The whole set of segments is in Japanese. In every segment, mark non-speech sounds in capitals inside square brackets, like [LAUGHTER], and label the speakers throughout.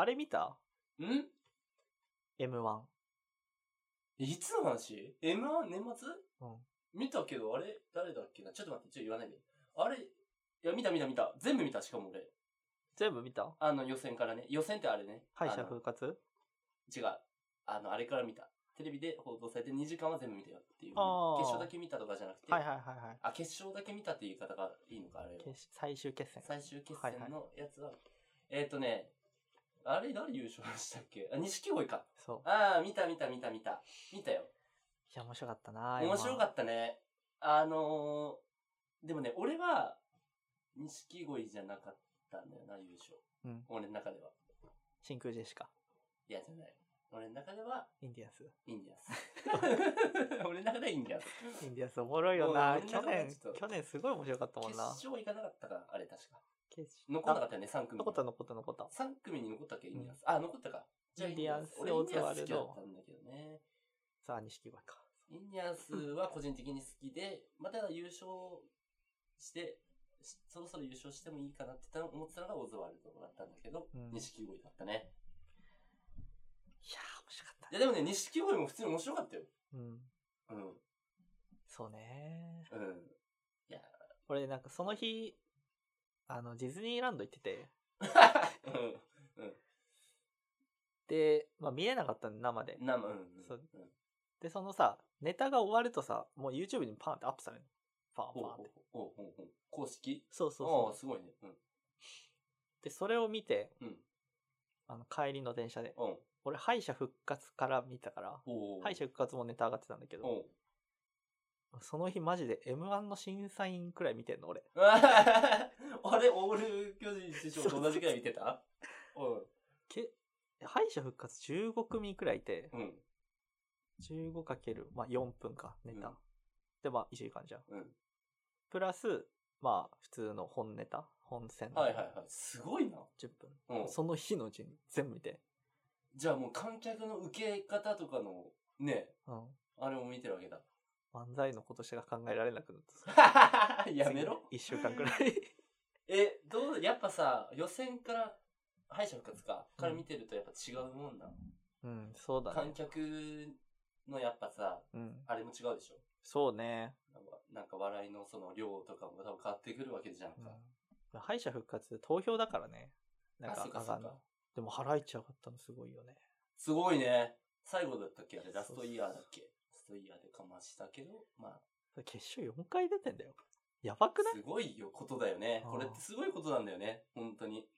Speaker 1: あれ見た
Speaker 2: ん
Speaker 1: ?M1。
Speaker 2: いつの話 ?M1 年末
Speaker 1: うん。
Speaker 2: 見たけど、あれ誰だっけなちょっと待って、ちょっと言わないで。あれいや、見た見た見た。全部見た、しかも俺。
Speaker 1: 全部見た
Speaker 2: あの、予選からね。予選ってあれね。
Speaker 1: 敗者
Speaker 2: あの
Speaker 1: 復活
Speaker 2: 違う。あの、あれから見た。テレビで報道されて2時間は全部見たよっていう。決
Speaker 1: あー
Speaker 2: 勝だけ見たとかじゃなくて。
Speaker 1: はいはいはいはい。
Speaker 2: あ、決勝だけ見たっていう言い方がいいのか、あれは。
Speaker 1: 決し最終決戦。
Speaker 2: 最終決
Speaker 1: はいは
Speaker 2: 戦
Speaker 1: い
Speaker 2: のやつは。えっ、ー、とね、あれ誰優勝したっけあ、錦鯉か。
Speaker 1: そう。
Speaker 2: ああ、見た見た見た見た。見たよ。
Speaker 1: いや、面白かったな
Speaker 2: 面白か
Speaker 1: っ
Speaker 2: ったね。あのー、でもね、俺は、錦鯉じゃなかったんだよな、優勝。
Speaker 1: た。うん。
Speaker 2: 俺の中では。
Speaker 1: 真空ジェシカ。
Speaker 2: いや、じゃない。俺の中では、
Speaker 1: インディアンス。
Speaker 2: インディアン
Speaker 1: [LAUGHS]
Speaker 2: ス。俺の中ではインディアンス。
Speaker 1: インディアンスおもろいよな
Speaker 2: もう
Speaker 1: 去年、
Speaker 2: ちょっと
Speaker 1: 去年すごい面白かったもん
Speaker 2: 決
Speaker 1: な。
Speaker 2: 勝行かなかったか、あれ確か。
Speaker 1: 決勝
Speaker 2: 残んなかったよね、3組。
Speaker 1: 残った残った残った。
Speaker 2: 3組に残ったっけ、インディアンス。あ、残ったか。じゃあ、
Speaker 1: インディアンス
Speaker 2: 俺インディアン
Speaker 1: オ
Speaker 2: ス好
Speaker 1: ズ
Speaker 2: きだ
Speaker 1: ワルド
Speaker 2: ったんだけどね。
Speaker 1: さあ、錦鯉か。
Speaker 2: インディアンスは個人的に好きで、まあただ優勝して、しそろそろ優勝してもいいかなってた思ってたのがオズワルドだったんだけど
Speaker 1: うん、
Speaker 2: 錦、鯉、だったね。
Speaker 1: いやー、面白かった
Speaker 2: い。やでもね、錦鯉も普通に面白かったよ。
Speaker 1: うん。
Speaker 2: うん。 [LAUGHS]
Speaker 1: そうね。
Speaker 2: うん。いや、
Speaker 1: 俺、なんかその日、あの、ディズニーランド行ってて、
Speaker 2: うん。
Speaker 1: で、まあ見れなかったんで、生で。
Speaker 2: 生、うん。うん
Speaker 1: そうで、そのさ、ネタが終わるとさ、もう YouTube にパンってアップされるの。パン
Speaker 2: ほう
Speaker 1: パン
Speaker 2: ほ
Speaker 1: っ
Speaker 2: う
Speaker 1: て。
Speaker 2: ほうほうほう。公式
Speaker 1: そうそう
Speaker 2: あ
Speaker 1: そ
Speaker 2: あ、すごいね。うん。
Speaker 1: う。で、それを見て、
Speaker 2: うん。
Speaker 1: あの、帰りの電車で。
Speaker 2: うん。
Speaker 1: 俺、敗者復活から見たから、
Speaker 2: おお。
Speaker 1: 敗者復活もネタ上がってたんだけど、
Speaker 2: おう
Speaker 1: その日マジで M1 の審査員くらい見てんの、俺。
Speaker 2: [LAUGHS] あれ、オール巨人師匠と同じくらい見
Speaker 1: [LAUGHS]
Speaker 2: てたうん。
Speaker 1: け敗者復活15組くらいいて、
Speaker 2: うん。
Speaker 1: 15かける、まあ、4分か、ネタ。
Speaker 2: うん
Speaker 1: で、まあ、1時間じゃん。
Speaker 2: うん。
Speaker 1: プラス、まあ、普通の本ネタ、本戦の
Speaker 2: はいはいはい。すごいな。
Speaker 1: 10分。
Speaker 2: うん。
Speaker 1: その日のうちに全部見て。
Speaker 2: じゃあもう観客の受け方とかの、ね、
Speaker 1: うん。
Speaker 2: あれも見てるわ
Speaker 1: [LAUGHS]
Speaker 2: けだ。
Speaker 1: 漫才のことしか考えられなくなった。
Speaker 2: やめろ。
Speaker 1: 1週間くらい。
Speaker 2: [LAUGHS] え、どう、やっぱさ、予選から、敗者復活か、から見てるとやっぱ違うもんな。
Speaker 1: うん、そうだ
Speaker 2: 観
Speaker 1: ね。
Speaker 2: 客のやっぱさ、
Speaker 1: うん。
Speaker 2: あれも違うでしょ
Speaker 1: そうね。
Speaker 2: なんかなんか笑いのその量とかも多分変わってくるわけじゃんか。
Speaker 1: うん、敗者復活、投票だからね。なん
Speaker 2: あ
Speaker 1: か
Speaker 2: そうか
Speaker 1: 上
Speaker 2: そ
Speaker 1: が
Speaker 2: うん
Speaker 1: の
Speaker 2: か。。
Speaker 1: でも、払いちゃかったのすごいよね。
Speaker 2: すごいね。最後だったっけあれ、ラス
Speaker 1: そう
Speaker 2: トイヤーだっけラストイヤーでかましたけど、まあ、
Speaker 1: 決勝4回出てんだよ。やばくない
Speaker 2: すごいよ、ことだよね。
Speaker 1: あー
Speaker 2: これってすごいことなんだよね。本当に。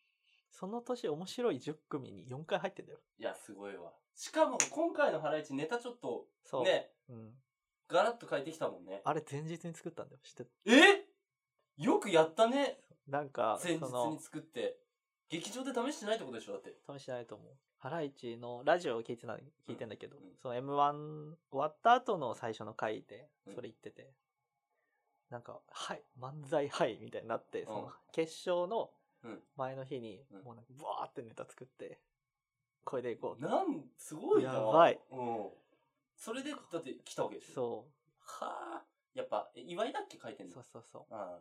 Speaker 1: その年面白い10組に4回入ってんだよ。
Speaker 2: いや、すごいわ。しかも、今回のハライチネタちょっと、
Speaker 1: そう。
Speaker 2: ね、
Speaker 1: うん。
Speaker 2: ガラッと変えてきたもんね。
Speaker 1: あれ前日に作ったんだよ。知ってた
Speaker 2: えよくやったね
Speaker 1: なんか、
Speaker 2: 前日
Speaker 1: その
Speaker 2: に、作って。劇場で試してないってことでしょだって。
Speaker 1: 試してないと思う。ハライチのラジオを聞いてた、聞いてんだけど、
Speaker 2: うん
Speaker 1: その M1 終わった後の最初の回で、
Speaker 2: うん
Speaker 1: それ言ってて、なんか、はい、漫才はい、みたいになって、その決勝の
Speaker 2: うん
Speaker 1: 前の日に、
Speaker 2: うん
Speaker 1: もうなんか、ブワーってネタ作って、これでいこう。
Speaker 2: なん、すごいな。
Speaker 1: やばい。
Speaker 2: うん。それで、だって来たわけでしょ
Speaker 1: そ
Speaker 2: はあ。やっぱ、え祝いだっけ書いてん
Speaker 1: う、
Speaker 2: の
Speaker 1: そうそうそ
Speaker 2: ああ、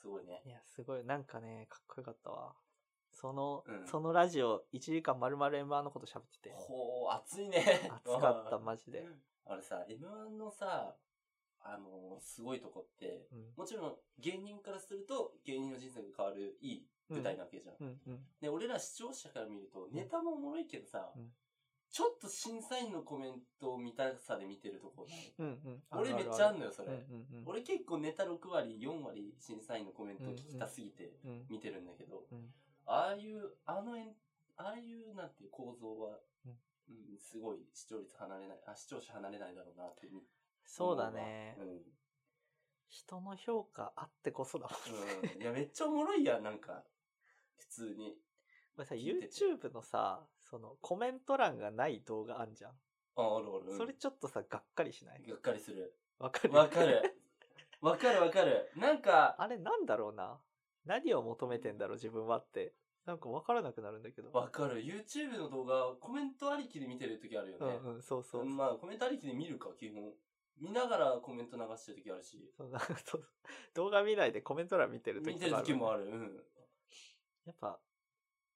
Speaker 2: すごいね
Speaker 1: う。。いや、すごい、なんかね、かっこよかったわ。その、
Speaker 2: うん
Speaker 1: そのラジオ、1時間丸々 M1 のこと喋ってて、
Speaker 2: ほう、熱いね。
Speaker 1: 熱かった、
Speaker 2: うん
Speaker 1: マジで。
Speaker 2: [LAUGHS] あれさ、M1 のさ、あのーすごいとこって、
Speaker 1: うん。
Speaker 2: もちろん芸人からすると芸人の人生が変わるいい舞台なわけじゃん。
Speaker 1: うん、うん。
Speaker 2: で、俺ら視聴者から見ると、ネタもおもろいけどさ、
Speaker 1: うん
Speaker 2: ちょっと審査員のコメントを見たさで見てるとこない。
Speaker 1: うん、うん。
Speaker 2: 俺めっちゃあ
Speaker 1: る
Speaker 2: んのよ、そ
Speaker 1: あ
Speaker 2: れ。
Speaker 1: るある。うん、うん、うん。
Speaker 2: 俺結構ネタ6割、4割審査員のコメント聞きたすぎて
Speaker 1: うん、
Speaker 2: 見てるんだけど、
Speaker 1: うん
Speaker 2: ああいう、あのえん、ああいうなんていう構造は、
Speaker 1: う
Speaker 2: うんん、すごい視聴率離れない、あ、視聴者離れないだろうなって思うわ。
Speaker 1: そうだね。
Speaker 2: うん。
Speaker 1: 人の評価あってこそだもん [LAUGHS] ね。
Speaker 2: うん。いや、めっちゃおもろいやん、なんか。普通に。
Speaker 1: まあさ、
Speaker 2: 聞いてて
Speaker 1: YouTube のさ、そのコメント欄がない動画あんじゃん。
Speaker 2: あ、あるある。うん
Speaker 1: それ、ちょっとさ、がっかりしない
Speaker 2: がっかりする。
Speaker 1: わかる
Speaker 2: わか。る。わかるわかる。なんか、
Speaker 1: あれなんだろうな。何を求めてんだろう、自分はって。なんかわからなくなるんだけど。
Speaker 2: わかる。YouTube の動画、コメントありきで見てる時あるよ
Speaker 1: う
Speaker 2: ね。
Speaker 1: んうん、そうそう。
Speaker 2: まあ、コメントありきで見るか、基本。見ながらコメント流してる時あるし。
Speaker 1: そうなんかそう [LAUGHS] 動画見ないでコメント欄見てる時
Speaker 2: 見てる時もあ
Speaker 1: る。
Speaker 2: る。うん。
Speaker 1: やっぱ、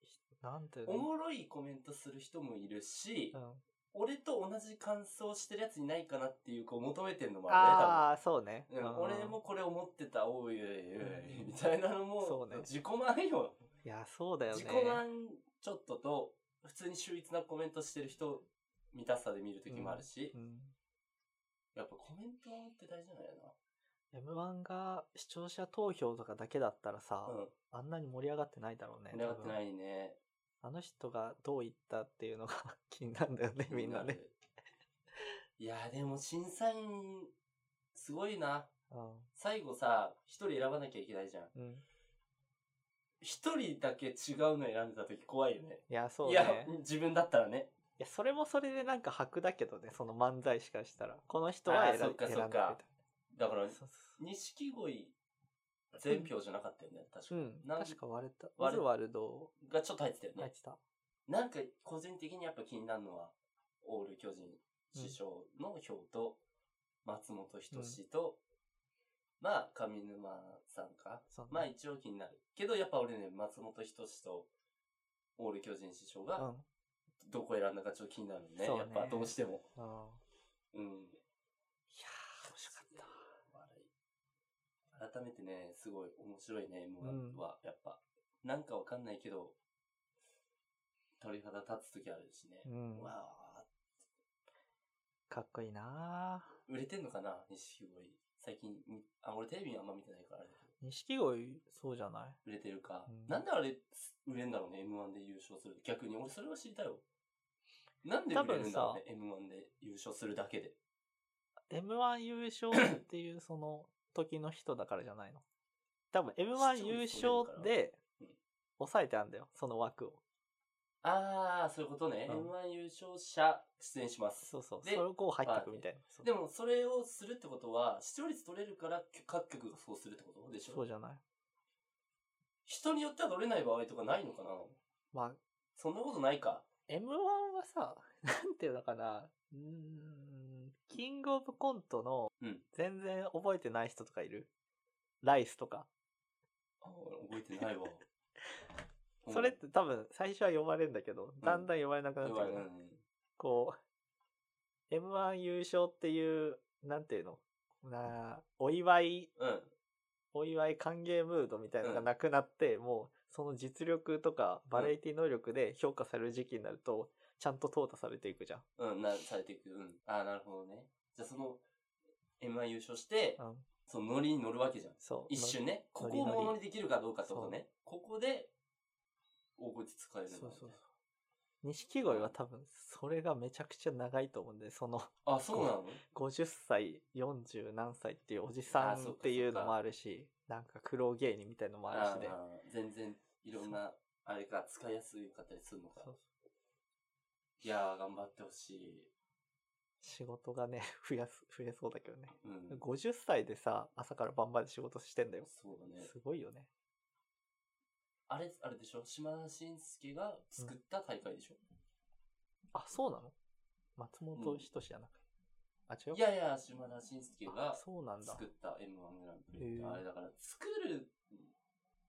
Speaker 1: ひなんていう
Speaker 2: お
Speaker 1: の
Speaker 2: もろいコメントする人もいるし、
Speaker 1: うん、
Speaker 2: 俺と同じ感想してるやついないかなっていう、こう、求めてるのもあ
Speaker 1: ああ、そうね。
Speaker 2: るね、多分。うん、俺もこれ思ってた、おいおいおい
Speaker 1: う
Speaker 2: おい、
Speaker 1: ん
Speaker 2: みたいなのも、
Speaker 1: そうね
Speaker 2: 自己満よ。
Speaker 1: いや、そうだよね。
Speaker 2: 自己満ちょっとと、普通に秀逸なコメントしてる人、見たさで見るときもあるし、
Speaker 1: うん。
Speaker 2: やっぱコメントって大事なんや
Speaker 1: M1 が視聴者投票とかだけだったらさ、
Speaker 2: な。うん。
Speaker 1: あんなに盛り上がってないだろうね。
Speaker 2: 盛り上がって
Speaker 1: 多
Speaker 2: な
Speaker 1: 分
Speaker 2: いね。
Speaker 1: あの人がどう言ったっていうのが [LAUGHS] 気になるんだよね、みんなね。。
Speaker 2: いや、でも審査員、すごいな。
Speaker 1: うん。
Speaker 2: 最後さ、一人選ばなきゃいけないじゃん。
Speaker 1: うん。
Speaker 2: 一人だけ違うの選んでた時怖いよね。
Speaker 1: いや、そう
Speaker 2: い
Speaker 1: ね。い
Speaker 2: や
Speaker 1: や、
Speaker 2: 自分だったらね。
Speaker 1: それもそれでなんか白だけどね、その漫才しかしたら。この人は
Speaker 2: あーそ
Speaker 1: 選
Speaker 2: っか
Speaker 1: 選んでくれ
Speaker 2: そっか
Speaker 1: た。
Speaker 2: だから、
Speaker 1: そうそう
Speaker 2: 錦鯉全票じゃなかったよね、確か。
Speaker 1: そう。うん。
Speaker 2: なん
Speaker 1: 確か割れた。オ
Speaker 2: 割
Speaker 1: ズ
Speaker 2: れ
Speaker 1: ワルド
Speaker 2: がちょっと入ってたよ
Speaker 1: 入っ
Speaker 2: ね。
Speaker 1: てた。
Speaker 2: なんか、個人的にやっぱ気になるのは、オール巨人師匠の票と、松本人志と、まあ、上沼さんか。
Speaker 1: そうね
Speaker 2: まあ一応気になる。けどやっぱ俺ね、松本人志と、オール巨人師匠
Speaker 1: う
Speaker 2: が、
Speaker 1: ん。
Speaker 2: どこ選んだかちょっと気になるね。
Speaker 1: そうね
Speaker 2: やっぱどうしても。
Speaker 1: うん。いやー、
Speaker 2: うん。
Speaker 1: 惜しかった。
Speaker 2: 悪い改めてね、すごい面白いね、
Speaker 1: う
Speaker 2: M1
Speaker 1: ん
Speaker 2: は。やっぱ、なんかわかんないけど、鳥肌立つ時あるしね。
Speaker 1: うん。
Speaker 2: わあ、
Speaker 1: かっこいいなぁ。
Speaker 2: 売れてんのかな錦鯉。最近、みあ、俺テレビあんま見てないからあれだけど、
Speaker 1: 錦鯉、そうじゃない
Speaker 2: 売れてるか。
Speaker 1: うん
Speaker 2: なんであれ、売れんだろうね、M1 で優勝する。逆に、俺それは知りたいよ。なんで売れるんだろうね、M1 で優勝するだけで。
Speaker 1: M1 優勝っていうその時の人だからじゃないの多分 M1 優勝で
Speaker 2: うん
Speaker 1: 抑えてあんだよ、その枠を。
Speaker 2: あー、そういうことね。
Speaker 1: うん
Speaker 2: M1 優勝者、出演します。
Speaker 1: そうそう。そ
Speaker 2: で
Speaker 1: れをこう入っていくみたいな。そう
Speaker 2: でも、それをするってことは、視聴率取れるから、各局がそうするってことでしょ
Speaker 1: そうじゃない
Speaker 2: 人によっては取れない場合とかないのかな
Speaker 1: まあ、
Speaker 2: そんなことないか。
Speaker 1: M1 はさ、 [LAUGHS] なんていうのかな、うーん、キングオブコントの
Speaker 2: うん
Speaker 1: 全然覚えてない人とかいるライスとか。。
Speaker 2: あ覚えてないわ
Speaker 1: [LAUGHS] それって多分最初は呼ばれるんだけど、だんだん呼ばれなく
Speaker 2: う
Speaker 1: なっ
Speaker 2: ん、
Speaker 1: てく
Speaker 2: やば
Speaker 1: る
Speaker 2: い
Speaker 1: の。
Speaker 2: な
Speaker 1: こう、M1 優勝っていう、なんていうのなあお祝い、
Speaker 2: うん。
Speaker 1: お祝い歓迎ムードみたいなのがなくなって、もう、その実力とかバラエティ能力で評価される時期になると、ちゃんと淘汰されていくじゃん。
Speaker 2: うん、な、されていく。うん。ああ、なるほどね。じゃあその、M1 優勝して
Speaker 1: う、ん、
Speaker 2: そのノリに乗るわけじゃん。
Speaker 1: そう。
Speaker 2: 一瞬ね。こ
Speaker 1: ノ
Speaker 2: こ
Speaker 1: リ
Speaker 2: を
Speaker 1: ノリ
Speaker 2: ものにできるかどうかってことね。ここで、大声で使え
Speaker 1: の。
Speaker 2: るんだ
Speaker 1: そう
Speaker 2: みたい
Speaker 1: そう
Speaker 2: な
Speaker 1: そう。錦鯉は多分、それがめちゃくちゃ長いと思うんで、その、 [LAUGHS]
Speaker 2: あ、そうなの
Speaker 1: 50歳、40何歳っていうおじさ
Speaker 2: あそ
Speaker 1: ん
Speaker 2: う
Speaker 1: っ
Speaker 2: か
Speaker 1: ていうのもあるし、なんか苦労芸人みたいのもあるしで。
Speaker 2: あー全然、いろんな、あれか、使いやすいかったりするのか
Speaker 1: そう。
Speaker 2: いやー、頑張ってほしい。
Speaker 1: 仕事がね、 [LAUGHS] 増やす、増えそうだけどね。
Speaker 2: うん。
Speaker 1: 50歳でさ、朝から晩まで仕事してんだよ。
Speaker 2: そうだね。
Speaker 1: すごいよね。
Speaker 2: あれ、あれでしょ島田紳介が作った大会でしょ、
Speaker 1: あ、そうなの松本人志じゃなくて。あ、違う
Speaker 2: いやいや、島田紳介が
Speaker 1: あそうなんだ
Speaker 2: 作っ。た M1 グランプリっ
Speaker 1: へ
Speaker 2: て、
Speaker 1: ー
Speaker 2: あれだから、作る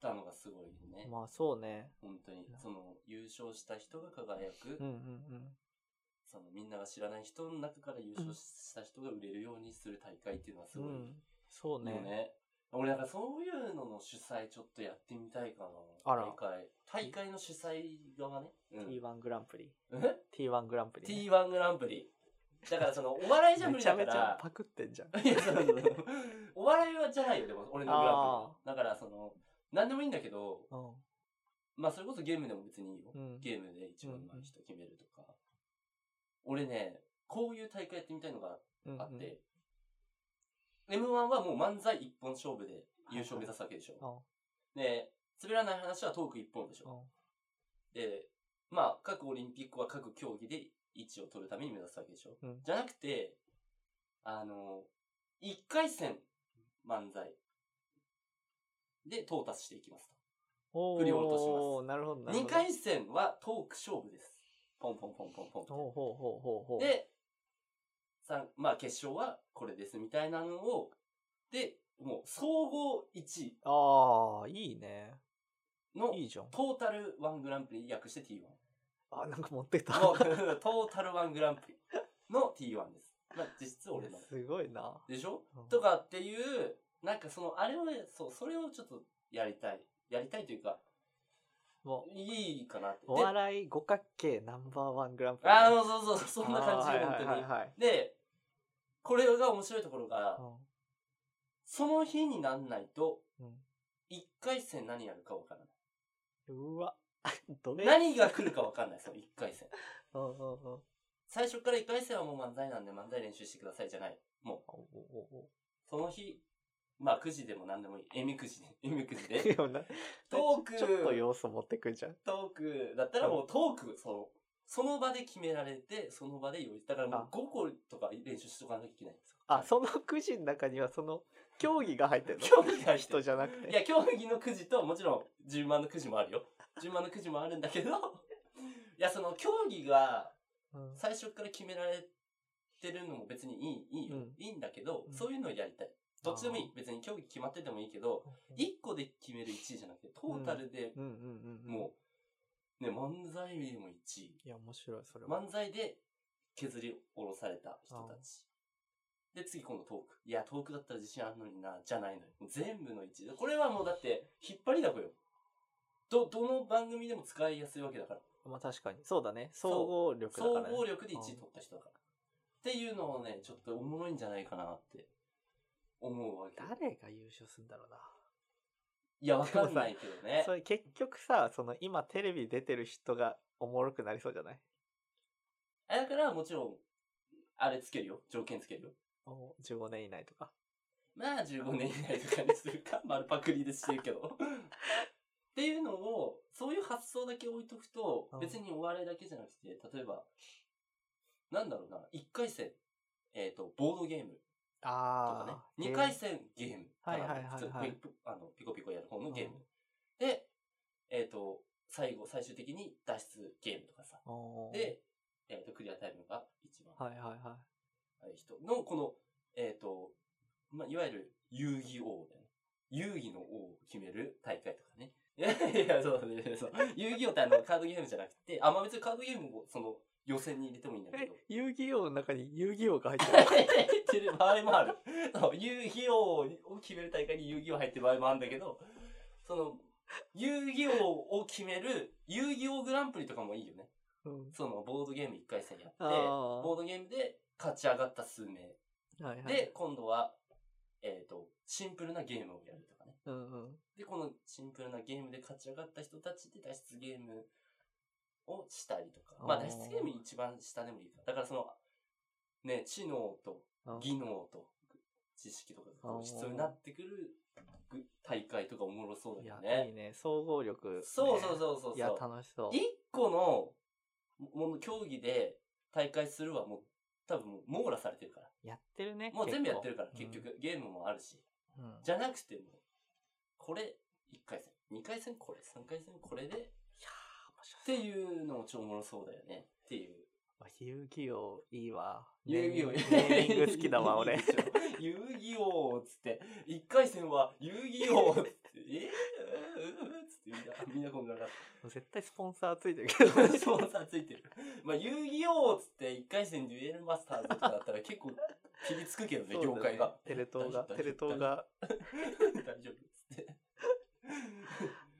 Speaker 2: たのがすごいよね。
Speaker 1: まあそうね。
Speaker 2: 本当に。その、優勝した人が輝く、
Speaker 1: うんうん
Speaker 2: その、みんなが知らない人の中から優勝した人が売れるようにする大会っていうのはす
Speaker 1: うん。う
Speaker 2: ごいよ
Speaker 1: ん。そう
Speaker 2: ね。
Speaker 1: ね。
Speaker 2: 俺なんかそういうのの主催ちょっとやってみたいかな。
Speaker 1: あら
Speaker 2: 大会。大会の主催側ね。うん。
Speaker 1: T1 グランプリ。
Speaker 2: え
Speaker 1: T1 グランプリね、
Speaker 2: T1 グランプリ。だからその、お笑いじゃ無
Speaker 1: め
Speaker 2: 理
Speaker 1: ちゃ
Speaker 2: だか
Speaker 1: めちゃ
Speaker 2: ら。
Speaker 1: パクってん
Speaker 2: [LAUGHS]
Speaker 1: じゃん。
Speaker 2: いや、そうそうそう。お笑いはじゃないよ、でも、俺のグランプリは。だから、その、なんでもいいんだけど、まあ、それこそゲームでも別にいいよ。
Speaker 1: うん。うん。
Speaker 2: ゲームで一番上手い人決めるとか。俺ね、こういう大会やってみたいのが
Speaker 1: うん
Speaker 2: あって、M1 はもう漫才一本勝負で優勝目指すわけでし
Speaker 1: うん
Speaker 2: ょ。で、滑らない話はトーク一本でし
Speaker 1: う
Speaker 2: ょ。
Speaker 1: ん。
Speaker 2: で、まあ、各オリンピックは各競技で位置を取るために目指すわけでしょ。
Speaker 1: うん
Speaker 2: じゃなくて、あの、一回戦漫才で淘汰していきます
Speaker 1: お
Speaker 2: 振り落と
Speaker 1: ー
Speaker 2: します
Speaker 1: なるほどな
Speaker 2: と。
Speaker 1: る
Speaker 2: 二
Speaker 1: ほど。
Speaker 2: 回戦はトーク勝負です。ポンポンポンポンポン
Speaker 1: ほうほうほうほうほう。、
Speaker 2: で、三まあ決勝はこれですみたいなのを、で、もう総合1位
Speaker 1: ああ、いいね。
Speaker 2: の
Speaker 1: いいじゃん。
Speaker 2: トータルワングランプリ略して T1。
Speaker 1: あ、なんか持ってた。
Speaker 2: もう [LAUGHS] トータルワングランプリの T1 です。まあ、実質俺
Speaker 1: [LAUGHS]
Speaker 2: の。
Speaker 1: すごいな。
Speaker 2: でしょ
Speaker 1: うん
Speaker 2: とかっていう、なんかその、あれを、そう、それをちょっとやりたい。やりたいというか、
Speaker 1: もう、
Speaker 2: いいかなって。
Speaker 1: お
Speaker 2: であ
Speaker 1: 笑い五角形ナンバーワングランプリね。
Speaker 2: あー、そうそうそう、そんな感じ、
Speaker 1: あー
Speaker 2: 本当
Speaker 1: はいはい
Speaker 2: に。
Speaker 1: はいはい
Speaker 2: で、これが面白いところが、
Speaker 1: う
Speaker 2: その日になんないと、
Speaker 1: んうん
Speaker 2: 一回戦何やるかわからな
Speaker 1: うわ、 [LAUGHS] どれ
Speaker 2: い。何が来るかわかんない、その一回戦。
Speaker 1: うんうんうん。お
Speaker 2: 最初から一回戦はもう漫才なんで漫才練習してくださいじゃない。もう、
Speaker 1: おお
Speaker 2: その日、まあ9時でも何でもいい。えみく
Speaker 1: [LAUGHS]
Speaker 2: じで、えみくじ
Speaker 1: お。
Speaker 2: で。
Speaker 1: でもな
Speaker 2: トーク
Speaker 1: ちょちょっと要素持ってくんじゃん。
Speaker 2: トーク、だったらもうトーク、その、その場で決められて、その場で用意。だからもう
Speaker 1: あ
Speaker 2: 5個とか練習しとかなきゃいけないんですよ。
Speaker 1: あ、そのくじの中にはその競技が入ってるの
Speaker 2: 競技が入って
Speaker 1: [LAUGHS]
Speaker 2: る
Speaker 1: 人じゃなくて。
Speaker 2: いや、競技のくじと、もちろん、10万のくじもあるよ。10万のくじもあるんだけど、いや、その、競技
Speaker 1: う
Speaker 2: が、
Speaker 1: ん
Speaker 2: 最初から決められてるのも別にいい、いいよ。
Speaker 1: うん
Speaker 2: いいんだけど、
Speaker 1: うん
Speaker 2: そういうのをやりたい。どっちでもいい。別に競技決まっててもいいけど、1個で決める1位じゃなくて、トータルで、
Speaker 1: うんうんうん。
Speaker 2: もう、ね、漫才でも1位。
Speaker 1: うん。いや、面白い、それは。
Speaker 2: 漫才で削り下ろされた人たち。で、次今度トーク。いや、トークだったら自信あるのにな、じゃないのよ。もう全部の一致。これはもうだって、引っ張りだこよ。ど、どの番組でも使いやすいわけだから。
Speaker 1: まあ確かに。そうだね。総合力だからね。
Speaker 2: 総合力で1位取った人だから。っていうのをね、ちょっとおもろいんじゃないかなって思うわけ。
Speaker 1: 誰が優勝するんだろうな。
Speaker 2: いや、わかんないけどね
Speaker 1: そ。れ結局さ、その今テレビ出てる人がおもろくなりそうじゃない
Speaker 2: あだからもちろん、あれつけるよ。条件つけるよ。
Speaker 1: お ?15 年以内とか。
Speaker 2: まあ15年以内とかにす
Speaker 1: [LAUGHS]
Speaker 2: るか、丸パクリでしてるけど。っていうのを、そういう発想だけ置いとくと
Speaker 1: うん、
Speaker 2: 別にお笑いだけじゃなくて、例えば、なんだろうな、1回戦、えっ、と、ボードゲームとかね
Speaker 1: あ、あ。
Speaker 2: 2回戦ゲームかな。
Speaker 1: はいはいはいはい
Speaker 2: 普通ピコピコあのピコピコやる方のゲー
Speaker 1: う
Speaker 2: ム。
Speaker 1: ん
Speaker 2: で、えっ、と、最後、最終的に脱出ゲームとかさ。
Speaker 1: おー、
Speaker 2: で、えっ、と、クリアタイムが一番
Speaker 1: はいはいはい。
Speaker 2: はい人の、この、えっ、と、まあ、いわゆる遊戯王だよね。遊戯の王を決める大会とかね。 [LAUGHS] いやいや、そうだね。そう遊戯王ってあ
Speaker 1: [LAUGHS]
Speaker 2: の、カードゲームじゃなくて、あ、まあ、別にカードゲームも、その、予選に入れてもいいんだけ
Speaker 1: え
Speaker 2: [LAUGHS] ど。、
Speaker 1: 遊戯王の中に遊戯王が入ってる。
Speaker 2: 入ってる場合もある。そう遊戯王を決める大会に遊戯王入ってる場合もあるんだけど、その、遊戯王を決める、遊戯王グランプリとかもいいよね。
Speaker 1: うん。
Speaker 2: その、ボードゲーム1回戦やって、
Speaker 1: あー
Speaker 2: ボードゲームで勝ち上がった数名
Speaker 1: はいはい。
Speaker 2: で、今度は、えっ、と、シンプルなゲームをやるとかね。
Speaker 1: うんうん。
Speaker 2: で、このシンプルなゲームで勝ち上がった人たちで脱出ゲームをしたりとか。まあ、
Speaker 1: あー
Speaker 2: 脱出ゲーム一番下でもいいから。だからその、ね、知能と
Speaker 1: うん
Speaker 2: 技能と知識とかがこう必要になってくるぐ大会とかおもろそう
Speaker 1: い
Speaker 2: だよ
Speaker 1: や、いい
Speaker 2: ね。
Speaker 1: ね。総合力、ね。
Speaker 2: そうそうそうそうそう。
Speaker 1: いや、楽しそう。
Speaker 2: 一個の、もの、競技で大会するはもう、多分もう網羅されてるから。
Speaker 1: やってるね。
Speaker 2: もう全部
Speaker 1: 結
Speaker 2: や
Speaker 1: 構
Speaker 2: ってるから、結。局。ゲームもあるし。
Speaker 1: うん。うん
Speaker 2: じゃなくても、これ、1回戦、2回戦これ、3回戦これで、っていうのも超おもろそうだよね。っていう。
Speaker 1: あ遊戯王いいわ。ネ
Speaker 2: 遊
Speaker 1: ーミン
Speaker 2: 戯王
Speaker 1: ネーミング好きだ
Speaker 2: [LAUGHS]
Speaker 1: わ、
Speaker 2: い
Speaker 1: 俺
Speaker 2: いで。しょ遊戯王っつって、1回戦は遊戯王っつって、えー、うーうーっつってみんな、みんなこんがらがっ
Speaker 1: 絶対スポンサーついてるけど
Speaker 2: て。スポンサーついてる。まあ、遊戯王っつって、1回戦デュエルマスターズとかだったら結構、切りつくけどね、業界が。 [LAUGHS]
Speaker 1: テレ東が
Speaker 2: 大丈夫大丈夫
Speaker 1: テレ東が
Speaker 2: 大丈夫っつって。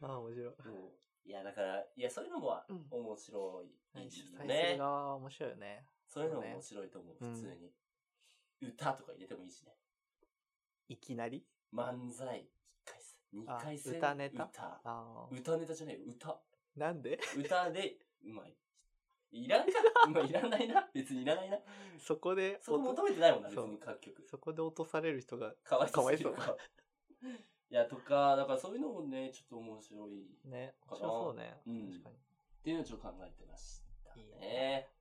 Speaker 1: ああ面白い
Speaker 2: もういや、だから、いや、そういうのも
Speaker 1: うん
Speaker 2: 面白い。いい
Speaker 1: 主
Speaker 2: よ
Speaker 1: 催す
Speaker 2: ね
Speaker 1: る。側は面白いよね
Speaker 2: そういうのも面白いと思う、
Speaker 1: うん
Speaker 2: 普通に。歌とか入れてもいいしね。
Speaker 1: いきなり
Speaker 2: 漫才、1回戦、2回戦。
Speaker 1: あ歌ネタ
Speaker 2: 歌。
Speaker 1: ああ
Speaker 2: 歌ネタじゃないよ、歌。
Speaker 1: [LAUGHS] なんで
Speaker 2: 歌で、 [LAUGHS] うまい。いらんかまあいらないな。別にいらないな。
Speaker 1: そこで
Speaker 2: そこ
Speaker 1: 落と
Speaker 2: 求めてないもんな、別
Speaker 1: そう
Speaker 2: に各曲。
Speaker 1: そこで落とされる人が
Speaker 2: かわいそう。
Speaker 1: かわいそう
Speaker 2: [LAUGHS] いや、とか、だからそういうのもね、ちょっと面白い。
Speaker 1: ね面
Speaker 2: かな
Speaker 1: 白そうね
Speaker 2: うん
Speaker 1: 確か
Speaker 2: っていうのをちょっと考えてました
Speaker 1: いい
Speaker 2: ね。